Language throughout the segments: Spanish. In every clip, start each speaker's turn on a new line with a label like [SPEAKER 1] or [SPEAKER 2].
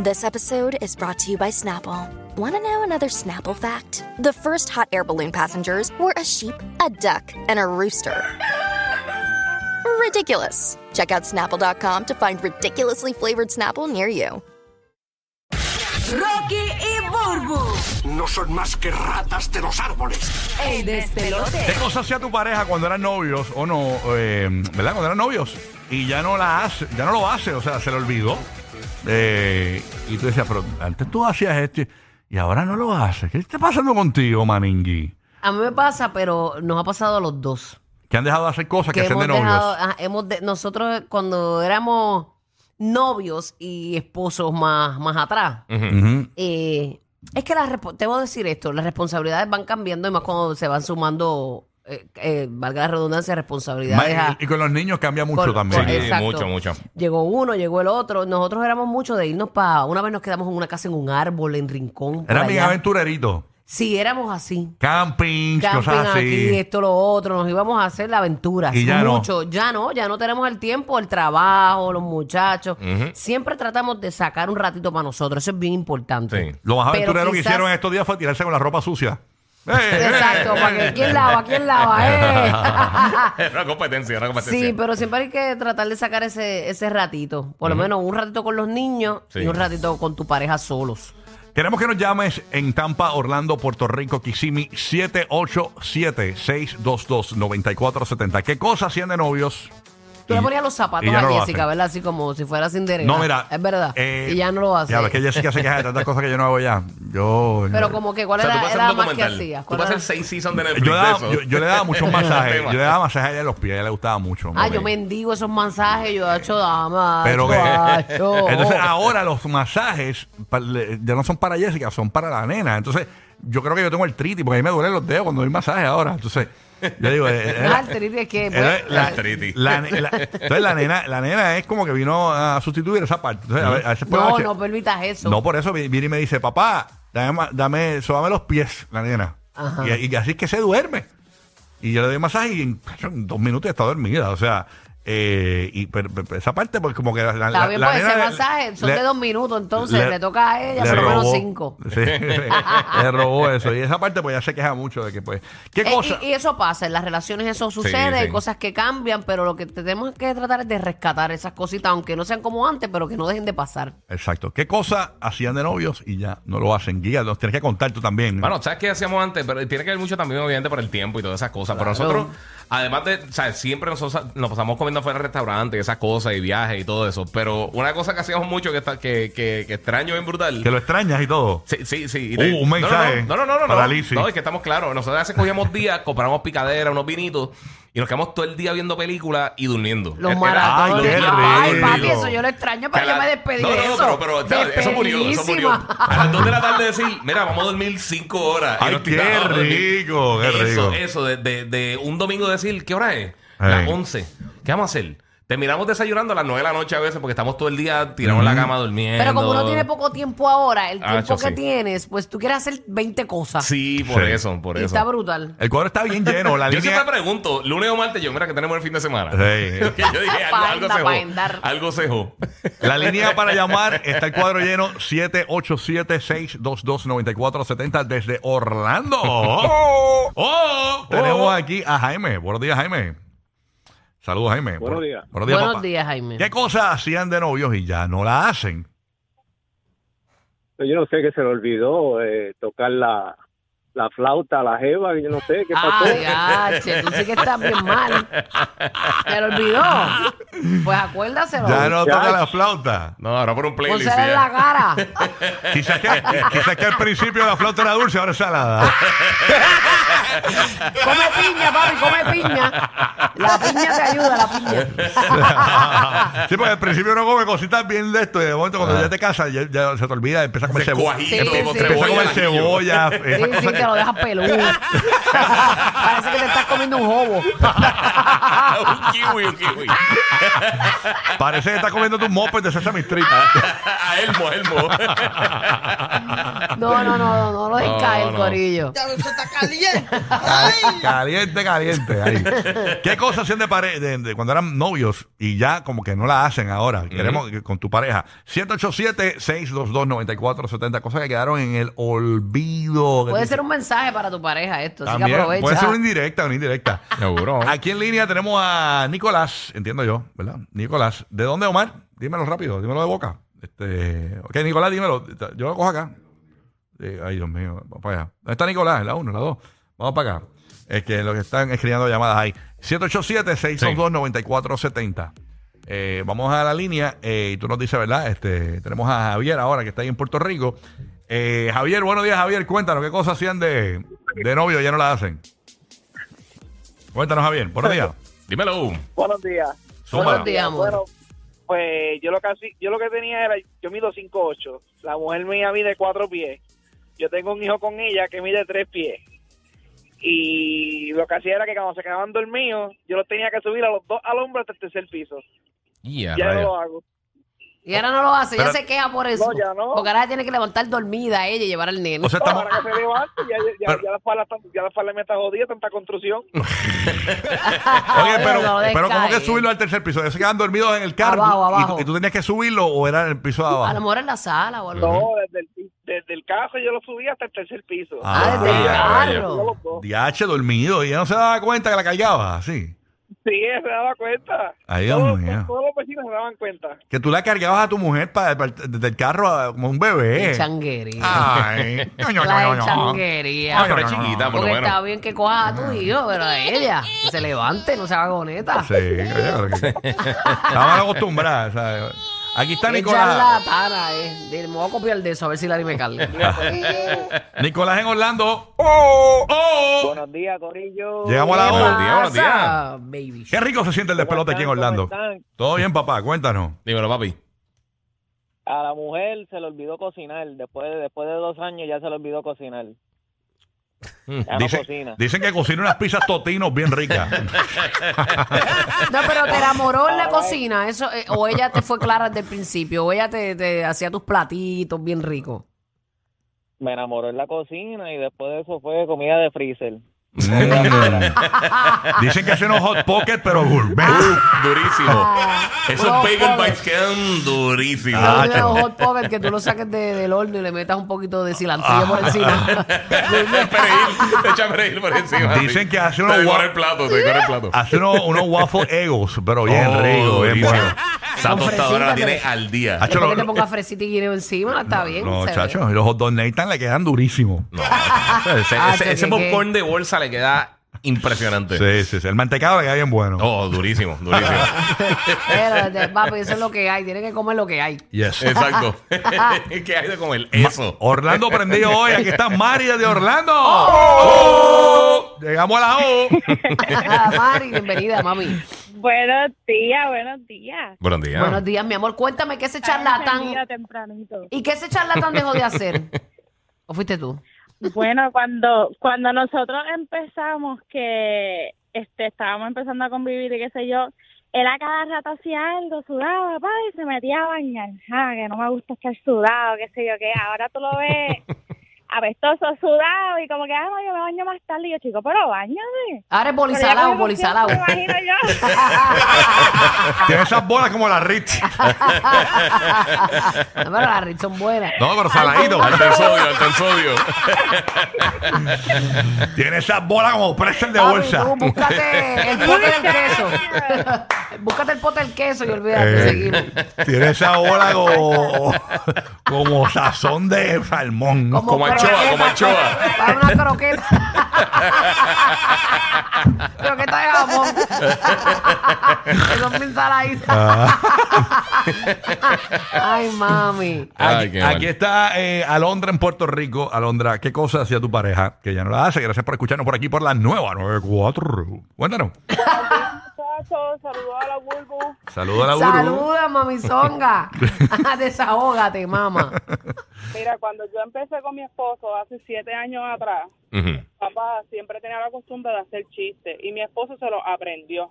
[SPEAKER 1] This episode is brought to you by Snapple. Want to know another Snapple fact? The first hot air balloon passengers were a sheep, a duck, and a rooster. Ridiculous. Check out snapple.com to find ridiculously flavored Snapple near you.
[SPEAKER 2] Rocky y Burbu,
[SPEAKER 3] no son más que ratas de los árboles.
[SPEAKER 2] el
[SPEAKER 4] ¿Qué
[SPEAKER 2] despelote.
[SPEAKER 4] cosas hacía tu pareja cuando eran novios o no? eh, ¿Verdad? Cuando eran novios. Y ya no la hace, ya no lo hace, o sea, se le olvidó. Eh, y tú decías, pero antes tú hacías esto y ahora no lo haces. ¿Qué está pasando contigo, Maningui?
[SPEAKER 5] A mí me pasa, pero nos ha pasado a los dos.
[SPEAKER 4] Que han dejado de hacer cosas que, hacen de novios.
[SPEAKER 5] ajá, hemos de- nosotros cuando éramos novios y esposos más, más atrás,
[SPEAKER 4] Ujú.
[SPEAKER 5] eh, es que las respo- te voy a decir esto, las responsabilidades van cambiando y más cuando se van sumando, eh, eh, valga la redundancia, responsabilidades.
[SPEAKER 4] Ma-
[SPEAKER 5] a-
[SPEAKER 4] y con los niños cambia mucho
[SPEAKER 5] con-
[SPEAKER 4] también.
[SPEAKER 5] con- exacto.
[SPEAKER 6] mucho, mucho.
[SPEAKER 5] Llegó uno, llegó el otro. Nosotros éramos muchos de irnos para... Una vez nos quedamos en una casa, en un árbol, en rincón. por
[SPEAKER 4] Era bien
[SPEAKER 5] allá.
[SPEAKER 4] aventurerito.
[SPEAKER 5] Sí, éramos así.
[SPEAKER 4] Campings, cosas
[SPEAKER 5] camping
[SPEAKER 4] así.
[SPEAKER 5] aquí, esto, lo otro, nos íbamos a hacer la aventura.
[SPEAKER 4] Y ya no.
[SPEAKER 5] Mucho, ya no, ya no tenemos el tiempo, el trabajo, los muchachos. Siempre tratamos de sacar un ratito para nosotros, eso es bien importante.
[SPEAKER 6] Sí.
[SPEAKER 4] Lo más
[SPEAKER 5] Pero
[SPEAKER 4] aventurero que
[SPEAKER 5] quizás-
[SPEAKER 4] hicieron este. estos días fue tirarse con la ropa sucia. ¡Eh, eh!
[SPEAKER 5] Exacto, para que quién lava, quién lava, eh.
[SPEAKER 6] Era una competencia, era una competencia.
[SPEAKER 5] Sí, pero siempre hay que tratar de sacar ese, ese ratito. Por lo menos un ratito con los niños
[SPEAKER 6] Sí.
[SPEAKER 5] y un ratito con tu pareja solos.
[SPEAKER 4] Queremos que nos llames en Tampa, Orlando, Puerto Rico, Kissimmee, 787-622-9470. ¿Qué cosas hacían de novios?
[SPEAKER 5] Tú
[SPEAKER 4] Y-
[SPEAKER 5] le ponías los zapatos
[SPEAKER 4] y ya
[SPEAKER 5] a
[SPEAKER 4] no lo
[SPEAKER 5] Jessica,
[SPEAKER 4] hacen.
[SPEAKER 5] ¿verdad? Así como si fuera Cinderella.
[SPEAKER 4] No, mira.
[SPEAKER 5] Es verdad.
[SPEAKER 4] eh,
[SPEAKER 5] y ya no lo hace.
[SPEAKER 4] Ya, es que Jessica se queja de tantas cosas que yo no hago ya. Yo.
[SPEAKER 5] Pero como que, ¿cuál
[SPEAKER 6] O sea, tú
[SPEAKER 5] era,
[SPEAKER 6] puedes hacer
[SPEAKER 5] era
[SPEAKER 6] un
[SPEAKER 5] más que
[SPEAKER 6] documental.
[SPEAKER 5] hacías?
[SPEAKER 6] Tú
[SPEAKER 5] ¿Cuál
[SPEAKER 6] puedes
[SPEAKER 5] era?
[SPEAKER 6] hacer seis seasons de
[SPEAKER 4] Yo,
[SPEAKER 6] Netflix
[SPEAKER 4] le
[SPEAKER 6] de
[SPEAKER 4] daba,
[SPEAKER 6] eso.
[SPEAKER 4] yo, yo le daba muchos masajes.
[SPEAKER 6] Tema.
[SPEAKER 4] yo le daba masajes a ella en los pies. A ella le gustaba mucho.
[SPEAKER 5] Ah,
[SPEAKER 4] Ok.
[SPEAKER 5] yo mendigo esos masajes, yo he hecho dama.
[SPEAKER 4] Pero que.
[SPEAKER 5] guacho.
[SPEAKER 4] Entonces, ahora los masajes pa- le- ya no son para Jessica, son para la nena. Entonces, yo creo que yo tengo el triti, porque a mí me duelen los dedos cuando doy masajes ahora. Entonces, yo digo. eh, eh,
[SPEAKER 5] No es artritis, es que,
[SPEAKER 4] Era
[SPEAKER 5] pues,
[SPEAKER 4] la,
[SPEAKER 6] artritis.
[SPEAKER 4] la- la- entonces la nena, la nena es como que vino a sustituir esa parte. Entonces, a ve- a veces por la
[SPEAKER 5] no,
[SPEAKER 4] noche-
[SPEAKER 5] no permitas eso.
[SPEAKER 4] No, pues, por eso vi- viene y me dice, papá, dame, ma- dame sóbame los pies, la nena.
[SPEAKER 5] Ajá.
[SPEAKER 4] Y, y así es que se duerme. Y yo le doy masaje y en, en dos minutos ya está dormida. O sea, eh, y pero- pero esa parte, pues como que la, la,
[SPEAKER 5] Está bien,
[SPEAKER 4] la
[SPEAKER 5] pues ese
[SPEAKER 4] nena le-
[SPEAKER 5] masaje son
[SPEAKER 4] le-
[SPEAKER 5] de dos minutos, entonces le, toca a ella
[SPEAKER 4] le
[SPEAKER 5] por lo menos
[SPEAKER 4] robó.
[SPEAKER 5] cinco.
[SPEAKER 4] Sí, le robó eso. Y esa parte, pues ya se queja mucho de que, pues, ¿qué
[SPEAKER 5] Eh,
[SPEAKER 4] cosa?
[SPEAKER 5] y, y eso pasa, en las relaciones eso sucede, hay
[SPEAKER 6] sí.
[SPEAKER 5] cosas que cambian, pero lo que tenemos que tratar es de rescatar esas cositas, aunque no sean como antes, pero que no dejen de pasar.
[SPEAKER 4] Exacto. ¿Qué cosas hacían de novios y ya no lo hacen? Guía, nos tienes que contar tú también.
[SPEAKER 6] Bueno, ¿sabes qué hacíamos antes? Pero tiene que ver mucho también, obviamente, por el tiempo y todas esas cosas. Pero nosotros, además de, o sea, siempre nosotros nos pasamos comiendo fuera de restaurantes, y esas cosas, y viajes y todo eso. Pero una cosa que hacíamos mucho que, está, que, que, que extraño bien brutal.
[SPEAKER 4] que lo extrañas y todo.
[SPEAKER 6] Sí, sí, sí. Y
[SPEAKER 4] Uh, un
[SPEAKER 6] no, no,
[SPEAKER 4] mensaje
[SPEAKER 6] No, no, no, no. no,
[SPEAKER 4] para
[SPEAKER 6] no,
[SPEAKER 4] Lizzy.
[SPEAKER 6] No, es que estamos claros. Nosotros hace cogíamos días, compramos picadera, unos vinitos, y nos quedamos todo el día viendo películas y durmiendo.
[SPEAKER 5] Los
[SPEAKER 6] Era-
[SPEAKER 5] maratones.
[SPEAKER 4] qué
[SPEAKER 5] Ay,
[SPEAKER 4] rico.
[SPEAKER 5] papi, eso yo lo extraño, pero
[SPEAKER 6] Que a
[SPEAKER 5] yo
[SPEAKER 6] la-
[SPEAKER 5] me despedí
[SPEAKER 6] no, no,
[SPEAKER 5] de
[SPEAKER 6] no,
[SPEAKER 5] eso.
[SPEAKER 6] pero, pero, o sea, eso murió, eso murió.
[SPEAKER 5] Despedidísima.
[SPEAKER 6] A las 2 de la tarde decir, mira, vamos a dormir 5 horas.
[SPEAKER 4] Ay,
[SPEAKER 6] Y nos
[SPEAKER 4] qué
[SPEAKER 6] tirábamos a dormir.
[SPEAKER 4] rico, qué rico.
[SPEAKER 6] Eso, eso, de, de- de un domingo decir, ¿qué hora es? Las
[SPEAKER 4] Ay.
[SPEAKER 6] 11. ¿Qué vamos a hacer? Terminamos desayunando a las 9 de la noche a veces porque estamos todo el día tirados en
[SPEAKER 4] Ujú.
[SPEAKER 6] la cama durmiendo.
[SPEAKER 5] Pero como uno tiene poco tiempo ahora, el
[SPEAKER 6] Ah,
[SPEAKER 5] tiempo
[SPEAKER 6] eso
[SPEAKER 5] que
[SPEAKER 6] sí.
[SPEAKER 5] tienes, pues tú quieres hacer 20 cosas.
[SPEAKER 6] Sí, por
[SPEAKER 4] Sí.
[SPEAKER 6] eso, por
[SPEAKER 5] Ah. y
[SPEAKER 6] eso.
[SPEAKER 5] está brutal.
[SPEAKER 4] El cuadro está bien lleno. La
[SPEAKER 6] Yo
[SPEAKER 4] línea.
[SPEAKER 6] siempre pregunto, lunes o martes, yo, mira, que tenemos el fin de semana.
[SPEAKER 4] Sí.
[SPEAKER 6] Que yo dije, algo, algo
[SPEAKER 5] Pa'
[SPEAKER 6] cejó,
[SPEAKER 5] agendar.
[SPEAKER 6] Algo cejó.
[SPEAKER 4] La línea para llamar está el cuadro lleno 787-622-9470 desde Orlando. Oh, oh, tenemos aquí a Jaime. Buenos días, Jaime. Saludos, Jaime.
[SPEAKER 7] Buenos días.
[SPEAKER 4] Buenos días,
[SPEAKER 5] Buenos
[SPEAKER 4] papá.
[SPEAKER 5] días, Jaime.
[SPEAKER 4] ¿Qué cosas hacían de novios y ya no la hacen?
[SPEAKER 7] Pero Yo no sé que se le olvidó eh, tocar la,
[SPEAKER 2] la flauta, la jeva, que yo no sé qué
[SPEAKER 5] Ah,
[SPEAKER 2] pasó.
[SPEAKER 5] gache, tú sí que estás bien mal. Te lo olvidó. Pues acuérdaselo.
[SPEAKER 4] Ya no toca
[SPEAKER 2] Ya.
[SPEAKER 4] la flauta.
[SPEAKER 6] No, ahora por un playlist.
[SPEAKER 5] Pónsela en Pues la
[SPEAKER 6] ya.
[SPEAKER 5] cara.
[SPEAKER 4] Quizás que, quizás que al principio la flauta era dulce, ahora es salada.
[SPEAKER 5] Come piña, papi, come piña. La piña te ayuda, la piña.
[SPEAKER 4] sí, porque al principio uno come cositas bien de esto y de momento cuando ya te casas ya, ya Ah. se te olvida, empiezas a comer
[SPEAKER 6] Ese
[SPEAKER 4] cebolla.
[SPEAKER 6] cuajito,
[SPEAKER 5] Sí,
[SPEAKER 6] como
[SPEAKER 5] sí.
[SPEAKER 4] Empiezas a comer
[SPEAKER 6] al ajillo.
[SPEAKER 4] cebolla.
[SPEAKER 5] Sí,
[SPEAKER 4] esas
[SPEAKER 5] sí,
[SPEAKER 4] cosas
[SPEAKER 5] te lo dejas peludo. Parece que te estás comiendo un hobo.
[SPEAKER 6] un kiwi, un kiwi.
[SPEAKER 4] que- Parece que estás comiendo tus mopes de Sesame Street.
[SPEAKER 6] A Elmo, a Elmo.
[SPEAKER 5] No, no, no, no, no lo
[SPEAKER 6] No,
[SPEAKER 5] dejes caer,
[SPEAKER 6] no.
[SPEAKER 5] corillo.
[SPEAKER 4] Caliente, caliente. ahí. ¿Qué cosas hacían de, pare de- de cuando eran novios y ya como que no la hacen ahora? Queremos que- con tu pareja. 787-622-9470. Cosas que quedaron en el olvido.
[SPEAKER 5] Puede ser un mensaje para tu pareja esto, así que
[SPEAKER 4] También,
[SPEAKER 5] aprovecha.
[SPEAKER 4] Puede ser una indirecta, una indirecta.
[SPEAKER 6] Seguro.
[SPEAKER 4] Aquí en línea tenemos a Nicolás, entiendo yo, ¿verdad? Nicolás. ¿De dónde, Omar? Dímelo rápido, dímelo de boca. Este, ok, Nicolás, dímelo. Yo lo cojo acá. Eh, ay, Dios mío, vamos para allá. ¿Dónde está Nicolás? La 1, la 2. Vamos para acá. Es que los que están escribiendo llamadas ahí. 787-622-9470. Eh, vamos a la línea eh, y tú nos dices, ¿verdad? Este, tenemos a Javier ahora que está ahí en Puerto Rico. Eh, Javier, buenos días, Javier. Cuéntanos, ¿qué cosas hacían de, de novio? Ya no la hacen. Cuéntanos, Javier. Buenos días.
[SPEAKER 6] Dímelo.
[SPEAKER 2] Buenos días.
[SPEAKER 4] Zumba.
[SPEAKER 5] Buenos días, amor.
[SPEAKER 2] Bueno, pues yo lo que hacía- yo lo que tenía era, yo mido 5'8, la mujer mía mide 4 pies. Yo tengo un hijo con ella que mide 3 pies. Y lo que hacía era que cuando se quedaban dormidos, yo los tenía que subir a los dos al hombro hasta el tercer piso.
[SPEAKER 6] Ya,
[SPEAKER 2] Ya no
[SPEAKER 6] rayo.
[SPEAKER 2] lo hago.
[SPEAKER 5] Y ahora no lo hace, ya
[SPEAKER 4] Pero-
[SPEAKER 5] se queja por eso.
[SPEAKER 2] No, ya no.
[SPEAKER 5] Porque ahora tiene que levantar dormida ella y llevar al nene.
[SPEAKER 4] O sea,
[SPEAKER 2] No,
[SPEAKER 4] estamos,
[SPEAKER 2] Ahora Ah, que se levante, ya, ya,
[SPEAKER 4] Pero-
[SPEAKER 2] ya la falda está- ya la falda me está jodida, tanta construcción.
[SPEAKER 4] Oye, pero,
[SPEAKER 5] No lo dejes
[SPEAKER 4] pero ¿cómo que
[SPEAKER 5] caer.
[SPEAKER 4] subirlo al tercer piso? Ellos se quedan dormidos en el carro
[SPEAKER 5] Abajo,
[SPEAKER 4] y tú- Y,
[SPEAKER 5] abajo.
[SPEAKER 4] tú, tenías que subirlo o era en el piso de
[SPEAKER 5] A
[SPEAKER 4] abajo.
[SPEAKER 5] lo mejor en la sala o algo.
[SPEAKER 2] No, desde el, desde el carro yo lo subí hasta el tercer piso.
[SPEAKER 5] Ah, desde el
[SPEAKER 6] Ah, ya,
[SPEAKER 5] carro.
[SPEAKER 2] Yo
[SPEAKER 4] Eh.
[SPEAKER 2] los dos.
[SPEAKER 4] DH dormido y ella no se daba cuenta que la cargaba así.
[SPEAKER 2] Sí, se daba cuenta.
[SPEAKER 4] Ay, Dios
[SPEAKER 2] todos,
[SPEAKER 4] mío.
[SPEAKER 2] todos los vecinos se daban cuenta.
[SPEAKER 4] Que tú la cargabas a tu mujer para, para- desde el carro a- como un bebé.
[SPEAKER 5] Qué
[SPEAKER 4] Ah,
[SPEAKER 5] changuería.
[SPEAKER 4] Ay, ño, ño, ño,
[SPEAKER 5] la
[SPEAKER 4] ño,
[SPEAKER 5] de
[SPEAKER 4] ño.
[SPEAKER 5] changuería.
[SPEAKER 6] Ah, pero es chiquita, por lo
[SPEAKER 5] Porque está
[SPEAKER 6] menos.
[SPEAKER 5] bien que coja a tu hijo, pero a ella. Que se levante, no se haga goneta.
[SPEAKER 4] Sí, oye, pero que- estaba mal acostumbrada. ¿sabes? Aquí está
[SPEAKER 5] Es
[SPEAKER 4] Nicolás.
[SPEAKER 5] charlatana, eh. De- Me voy a copiar de eso, a ver si Larry me carga.
[SPEAKER 4] Nicolás en Orlando.
[SPEAKER 2] Buenos días, Corillo.
[SPEAKER 4] Llegamos a la
[SPEAKER 5] ¿Qué
[SPEAKER 4] hora.
[SPEAKER 6] Buenos días, buenos días.
[SPEAKER 5] pasa, Baby.
[SPEAKER 4] Qué rico se siente el despelote aquí en Orlando. Todo bien, papá. Cuéntanos.
[SPEAKER 6] Dímelo, papi.
[SPEAKER 2] A la mujer se le olvidó cocinar. Después de, después de dos años ya se le olvidó cocinar. Ya no
[SPEAKER 4] Dicen,
[SPEAKER 2] cocina.
[SPEAKER 4] dicen que cocina unas pizzas totinos bien ricas.
[SPEAKER 5] No, pero te enamoró en la cocina. Eso, eh, o ella te fue clara desde el principio, o ella te, te hacía tus platitos bien ricos.
[SPEAKER 2] Me enamoró en la cocina y después de eso fue comida de freezer.
[SPEAKER 4] Mm. Dicen que hacen unos hot pockets, pero gourmet.
[SPEAKER 6] Uf, durísimo.
[SPEAKER 5] Ah,
[SPEAKER 6] Esos
[SPEAKER 5] Los
[SPEAKER 6] bacon
[SPEAKER 5] pobres.
[SPEAKER 6] bites quedan durísimos.
[SPEAKER 4] Ah,
[SPEAKER 5] Los de
[SPEAKER 4] chaval.
[SPEAKER 5] los hot pockets que tú lo saques de- del horno y le metas un poquito de
[SPEAKER 4] Ah.
[SPEAKER 5] cilantro por encima.
[SPEAKER 6] El perejil, te echa perejil por encima.
[SPEAKER 4] Dicen
[SPEAKER 6] así.
[SPEAKER 4] que hace unos
[SPEAKER 6] Te decora
[SPEAKER 4] guap-
[SPEAKER 6] el plato, te decora el plato.
[SPEAKER 4] Hace unos, unos waffle egos, pero bien rico,
[SPEAKER 6] Oh,
[SPEAKER 4] bien
[SPEAKER 6] durísimo.
[SPEAKER 4] bueno.
[SPEAKER 6] Esa
[SPEAKER 5] Con
[SPEAKER 6] tostadora
[SPEAKER 5] fresita,
[SPEAKER 6] la tiene
[SPEAKER 5] pero-
[SPEAKER 6] al día.
[SPEAKER 4] Ah,
[SPEAKER 5] Después
[SPEAKER 4] lo-
[SPEAKER 5] que te ponga fresita y guineo encima, está bien.
[SPEAKER 4] No,
[SPEAKER 5] se ve.
[SPEAKER 4] chacho, y los hot dog Nathan le quedan durísimos.
[SPEAKER 6] Ese,
[SPEAKER 5] Ah,
[SPEAKER 6] ese-
[SPEAKER 5] yo
[SPEAKER 6] ese
[SPEAKER 5] llegué.
[SPEAKER 6] popcorn de bolsa le queda impresionante.
[SPEAKER 4] Sí, sí, sí. El mantecado le queda bien bueno.
[SPEAKER 6] Oh, durísimo, durísimo.
[SPEAKER 5] Pero, de- papi, eso es lo que hay. Tienes que comer lo que hay.
[SPEAKER 4] Yes.
[SPEAKER 6] Exacto. ¿Qué hay de comer? Eso.
[SPEAKER 4] Orlando prendido hoy. Aquí está Mari de Orlando. Oh. Llegamos a la O.
[SPEAKER 5] Mari, bienvenida, mami.
[SPEAKER 7] Buenos días, buenos días.
[SPEAKER 6] Buenos días.
[SPEAKER 5] Buenos días, mi amor. Cuéntame, ¿qué ese charlatán?
[SPEAKER 7] Mira, tempranito.
[SPEAKER 5] ¿Y qué ese charlatán dejó de hacer? ¿O fuiste tú?
[SPEAKER 7] Bueno, cuando cuando nosotros empezamos que este estábamos empezando a convivir y qué sé yo, él a cada rato hacía algo, sudaba, pa, y se metía a bañar. Ah, que no me gusta estar sudado, qué sé yo, que ahora tú lo ves apestoso, sudado y como que, ah, no, yo me baño más tarde. Y yo, chico, pero bañame.
[SPEAKER 5] Ahora es bolisalao, bolisalao.
[SPEAKER 7] Me imagino yo.
[SPEAKER 4] Tiene esas bolas como la Rich.
[SPEAKER 5] No, pero las Ritz son buenas.
[SPEAKER 4] No, pero saladito.
[SPEAKER 6] Alto en sodio, alto en sodio.
[SPEAKER 4] Tiene esas bolas como pretzel de
[SPEAKER 5] Papi,
[SPEAKER 4] bolsa.
[SPEAKER 5] tú búscate el pote del queso. búscate el pote del queso y olvídate,
[SPEAKER 4] Eh,
[SPEAKER 5] seguimos.
[SPEAKER 4] tiene esa bola como, como sazón de salmón.
[SPEAKER 5] Como,
[SPEAKER 6] como
[SPEAKER 5] pretzel,
[SPEAKER 6] anchoa, como anchoa.
[SPEAKER 5] Para una croqueta. croqueta de jamón. Eso es mi ensaladita.
[SPEAKER 6] Ah.
[SPEAKER 5] Ay, mami.
[SPEAKER 6] Ay,
[SPEAKER 4] Aquí,
[SPEAKER 6] qué mal.
[SPEAKER 4] aquí está eh, Alondra en Puerto Rico. Alondra, ¿qué cosa hacía tu pareja que ya no la hace? Gracias por escucharnos por aquí por la nueva 94. Cuéntanos.
[SPEAKER 7] Muchachos, saludos a la Bulbo.
[SPEAKER 4] Saludos a la Uru.
[SPEAKER 5] Saluda, mamizonga. Desahógate, mamá.
[SPEAKER 7] Mira, cuando yo empecé con mi esposo hace siete años atrás,
[SPEAKER 6] Ujú.
[SPEAKER 7] papá siempre tenía la costumbre de hacer chistes y mi esposo se los aprendió.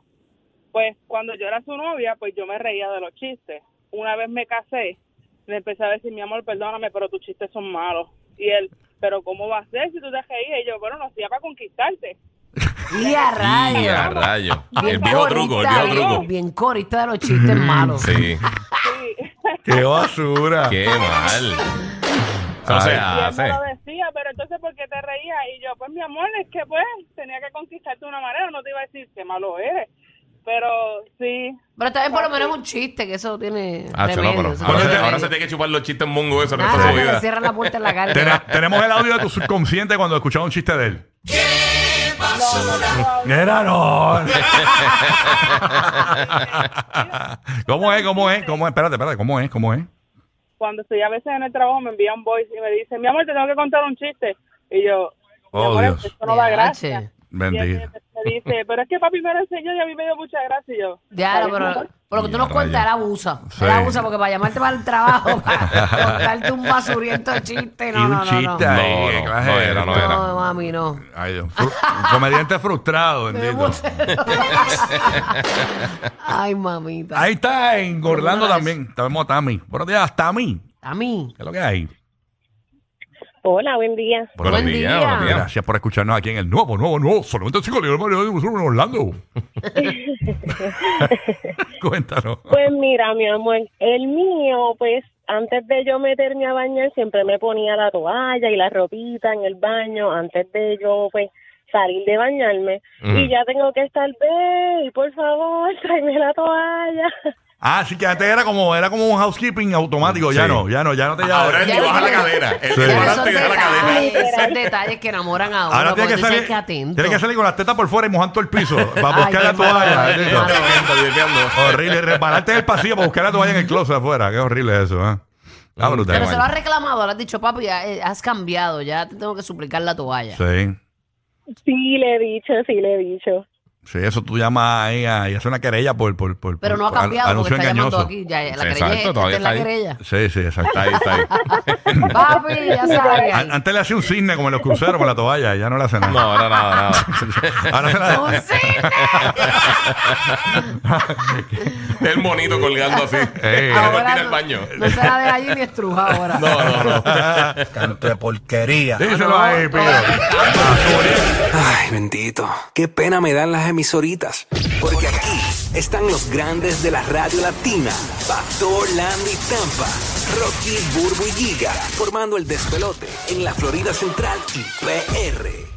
[SPEAKER 7] Pues cuando yo era su novia, pues yo me reía de los chistes. Una vez me casé, le empecé a decir, mi amor, perdóname, pero tus chistes son malos. Y él, pero ¿cómo va a ser si tú te reías? Y yo, bueno, lo hacía para conquistarte.
[SPEAKER 5] Y a
[SPEAKER 6] Y a
[SPEAKER 5] rayos.
[SPEAKER 6] rayo.
[SPEAKER 5] Bien
[SPEAKER 6] El viejo
[SPEAKER 5] corista,
[SPEAKER 6] truco, el viejo
[SPEAKER 5] bien-
[SPEAKER 6] truco. Mm,
[SPEAKER 5] Bien corista de los chistes malos.
[SPEAKER 6] Sí.
[SPEAKER 7] Sí.
[SPEAKER 4] ¡Qué basura!
[SPEAKER 6] Qué mal. Eso
[SPEAKER 4] Ay.
[SPEAKER 6] se
[SPEAKER 7] Y él me
[SPEAKER 6] hace.
[SPEAKER 7] lo decía, pero entonces, ¿por qué te reías? Y yo, pues, mi amor, es que, pues, tenía que conquistarte de una manera. No te iba a decir qué malo eres. Pero sí,
[SPEAKER 5] Pero también por lo menos es un chiste, que eso tiene.
[SPEAKER 6] Ah, chulo,
[SPEAKER 5] remedio,
[SPEAKER 6] pero
[SPEAKER 5] eso
[SPEAKER 6] ahora,
[SPEAKER 5] tiene
[SPEAKER 6] se, ahora
[SPEAKER 5] remedio.
[SPEAKER 6] se tiene que chupar los chistes mongos eso el resto
[SPEAKER 5] Nada, se
[SPEAKER 6] de su
[SPEAKER 5] le
[SPEAKER 6] vida.
[SPEAKER 5] cierra la puerta en la cara.
[SPEAKER 4] Tene- tenemos el audio de tu subconsciente cuando escuchaba un chiste de él. Era no. ¿Cómo es? ¿Cómo es? ¿Cómo es? Espérate, espérate, ¿cómo es? ¿Cómo es?
[SPEAKER 7] cuando estoy a veces en el trabajo, me envía un voice y me dice, mi amor, te tengo que contar un chiste. Y yo, mi
[SPEAKER 4] Oh,
[SPEAKER 7] amor,
[SPEAKER 4] Dios.
[SPEAKER 7] esto no da
[SPEAKER 5] Diache.
[SPEAKER 7] gracia. Y él
[SPEAKER 4] Bendito.
[SPEAKER 7] me dice, pero es que papi me lo enseñó y a mí me dio mucha gracia. Y yo,
[SPEAKER 5] Ya,
[SPEAKER 7] "Está
[SPEAKER 5] no,
[SPEAKER 7] bien, mi
[SPEAKER 5] pero
[SPEAKER 7] amor".
[SPEAKER 5] por lo que tú nos
[SPEAKER 6] Ya,
[SPEAKER 5] cuentas, él
[SPEAKER 6] rayo.
[SPEAKER 5] abusa.
[SPEAKER 4] Sí.
[SPEAKER 5] Él abusa porque para llamarte para el trabajo, para contarte un basuriento de chiste,
[SPEAKER 4] y
[SPEAKER 5] no,
[SPEAKER 4] un
[SPEAKER 5] no, no.
[SPEAKER 4] chiste
[SPEAKER 5] No,
[SPEAKER 4] ahí.
[SPEAKER 6] No,
[SPEAKER 4] ¿qué
[SPEAKER 6] no,
[SPEAKER 4] clase
[SPEAKER 6] no
[SPEAKER 4] de-
[SPEAKER 6] era, no era.
[SPEAKER 5] no mami, no.
[SPEAKER 4] Ay, Dios. Fru- un comediante frustrado, bendito.
[SPEAKER 5] Ay, mamita.
[SPEAKER 4] Ahí está en Orlando también. Tenemos a Tami. Buenos días, Tami.
[SPEAKER 5] A mí.
[SPEAKER 4] ¿Qué es lo que hay?
[SPEAKER 8] Hola, buen día.
[SPEAKER 6] Buenos
[SPEAKER 5] Buen
[SPEAKER 6] días,
[SPEAKER 5] día.
[SPEAKER 6] buenos días.
[SPEAKER 4] Gracias por escucharnos aquí en el nuevo, nuevo, nuevo. Solamente cinco libros Mario, de en Orlando. Cuéntanos.
[SPEAKER 8] Pues mira, mi amor, el mío, pues antes de yo meterme a bañar, siempre me ponía la toalla y la ropita en el baño, antes de yo, pues salir de bañarme.
[SPEAKER 6] Ujú.
[SPEAKER 8] Y ya tengo que estar, y por favor, tráeme la toalla.
[SPEAKER 4] Ah, sí que antes era como, era como un housekeeping automático. Ya
[SPEAKER 6] Sí.
[SPEAKER 4] no, ya no, ya no te llama.
[SPEAKER 6] Ahora él
[SPEAKER 5] Ah, Ya
[SPEAKER 6] ni
[SPEAKER 5] no
[SPEAKER 6] baja la
[SPEAKER 5] tiene-
[SPEAKER 6] cadera. Él
[SPEAKER 4] Sí.
[SPEAKER 6] ni
[SPEAKER 4] Ya
[SPEAKER 6] baja
[SPEAKER 4] no
[SPEAKER 5] Esos
[SPEAKER 6] la- ni baja la cadera.
[SPEAKER 5] detalles, esos detalles que enamoran a uno.
[SPEAKER 4] Ahora tiene
[SPEAKER 5] porque
[SPEAKER 4] que,
[SPEAKER 5] tú dices,
[SPEAKER 4] salir,
[SPEAKER 5] "Qué atento".
[SPEAKER 4] tiene que salir con las tetas por fuera y mojando el piso para
[SPEAKER 5] Ay,
[SPEAKER 4] buscar la
[SPEAKER 5] qué malo,
[SPEAKER 4] toalla.
[SPEAKER 5] qué
[SPEAKER 4] bendito.
[SPEAKER 5] malo.
[SPEAKER 6] Está desviando.
[SPEAKER 4] horrible. Repararte en el pasillo para buscar la toalla en el closet afuera. Qué horrible eso, ¿eh? Está brutal.
[SPEAKER 5] Mm, Pero se lo has reclamado, le has dicho, papi, ya, eh, has cambiado, ya te tengo que suplicar la toalla.
[SPEAKER 4] Sí.
[SPEAKER 8] Sí, le he dicho, sí, le he dicho.
[SPEAKER 4] Sí, eso tú llamas ahí a, y haces una querella por, por, por,
[SPEAKER 5] Pero no ha
[SPEAKER 4] por an-
[SPEAKER 5] cambiado porque
[SPEAKER 4] anuncio
[SPEAKER 5] está llamando
[SPEAKER 4] engañoso.
[SPEAKER 5] aquí. Ya, la
[SPEAKER 6] Sí,
[SPEAKER 5] querella
[SPEAKER 6] exacto,
[SPEAKER 5] es- esta
[SPEAKER 6] todavía
[SPEAKER 5] es la
[SPEAKER 6] está ahí.
[SPEAKER 5] querella.
[SPEAKER 4] Sí, sí, exacto.
[SPEAKER 6] Está ahí, está ahí.
[SPEAKER 5] Papi, ya sabes.
[SPEAKER 4] An- Antes le hacía un cisne como en los cruceros con la toalla, ya no le hace
[SPEAKER 6] No,
[SPEAKER 4] nada.
[SPEAKER 6] ahora nada, nada.
[SPEAKER 4] Ahora se la-
[SPEAKER 5] Un cisne.
[SPEAKER 6] El monito colgando así.
[SPEAKER 4] Eh.
[SPEAKER 6] Ahora
[SPEAKER 5] Ahora
[SPEAKER 6] tira
[SPEAKER 5] no-
[SPEAKER 6] al baño.
[SPEAKER 5] No se la de allí ni estruja ahora.
[SPEAKER 6] No, no, no.
[SPEAKER 9] Canto de porquería.
[SPEAKER 4] Díselo ahí, Pío.
[SPEAKER 3] Ay, bendito. Qué pena me dan las emisoritas. Porque aquí están los grandes de la radio latina. Pastor, Landy y Tampa. Rocky, Burbu y Giga. Formando el despelote en la Florida Central y PR.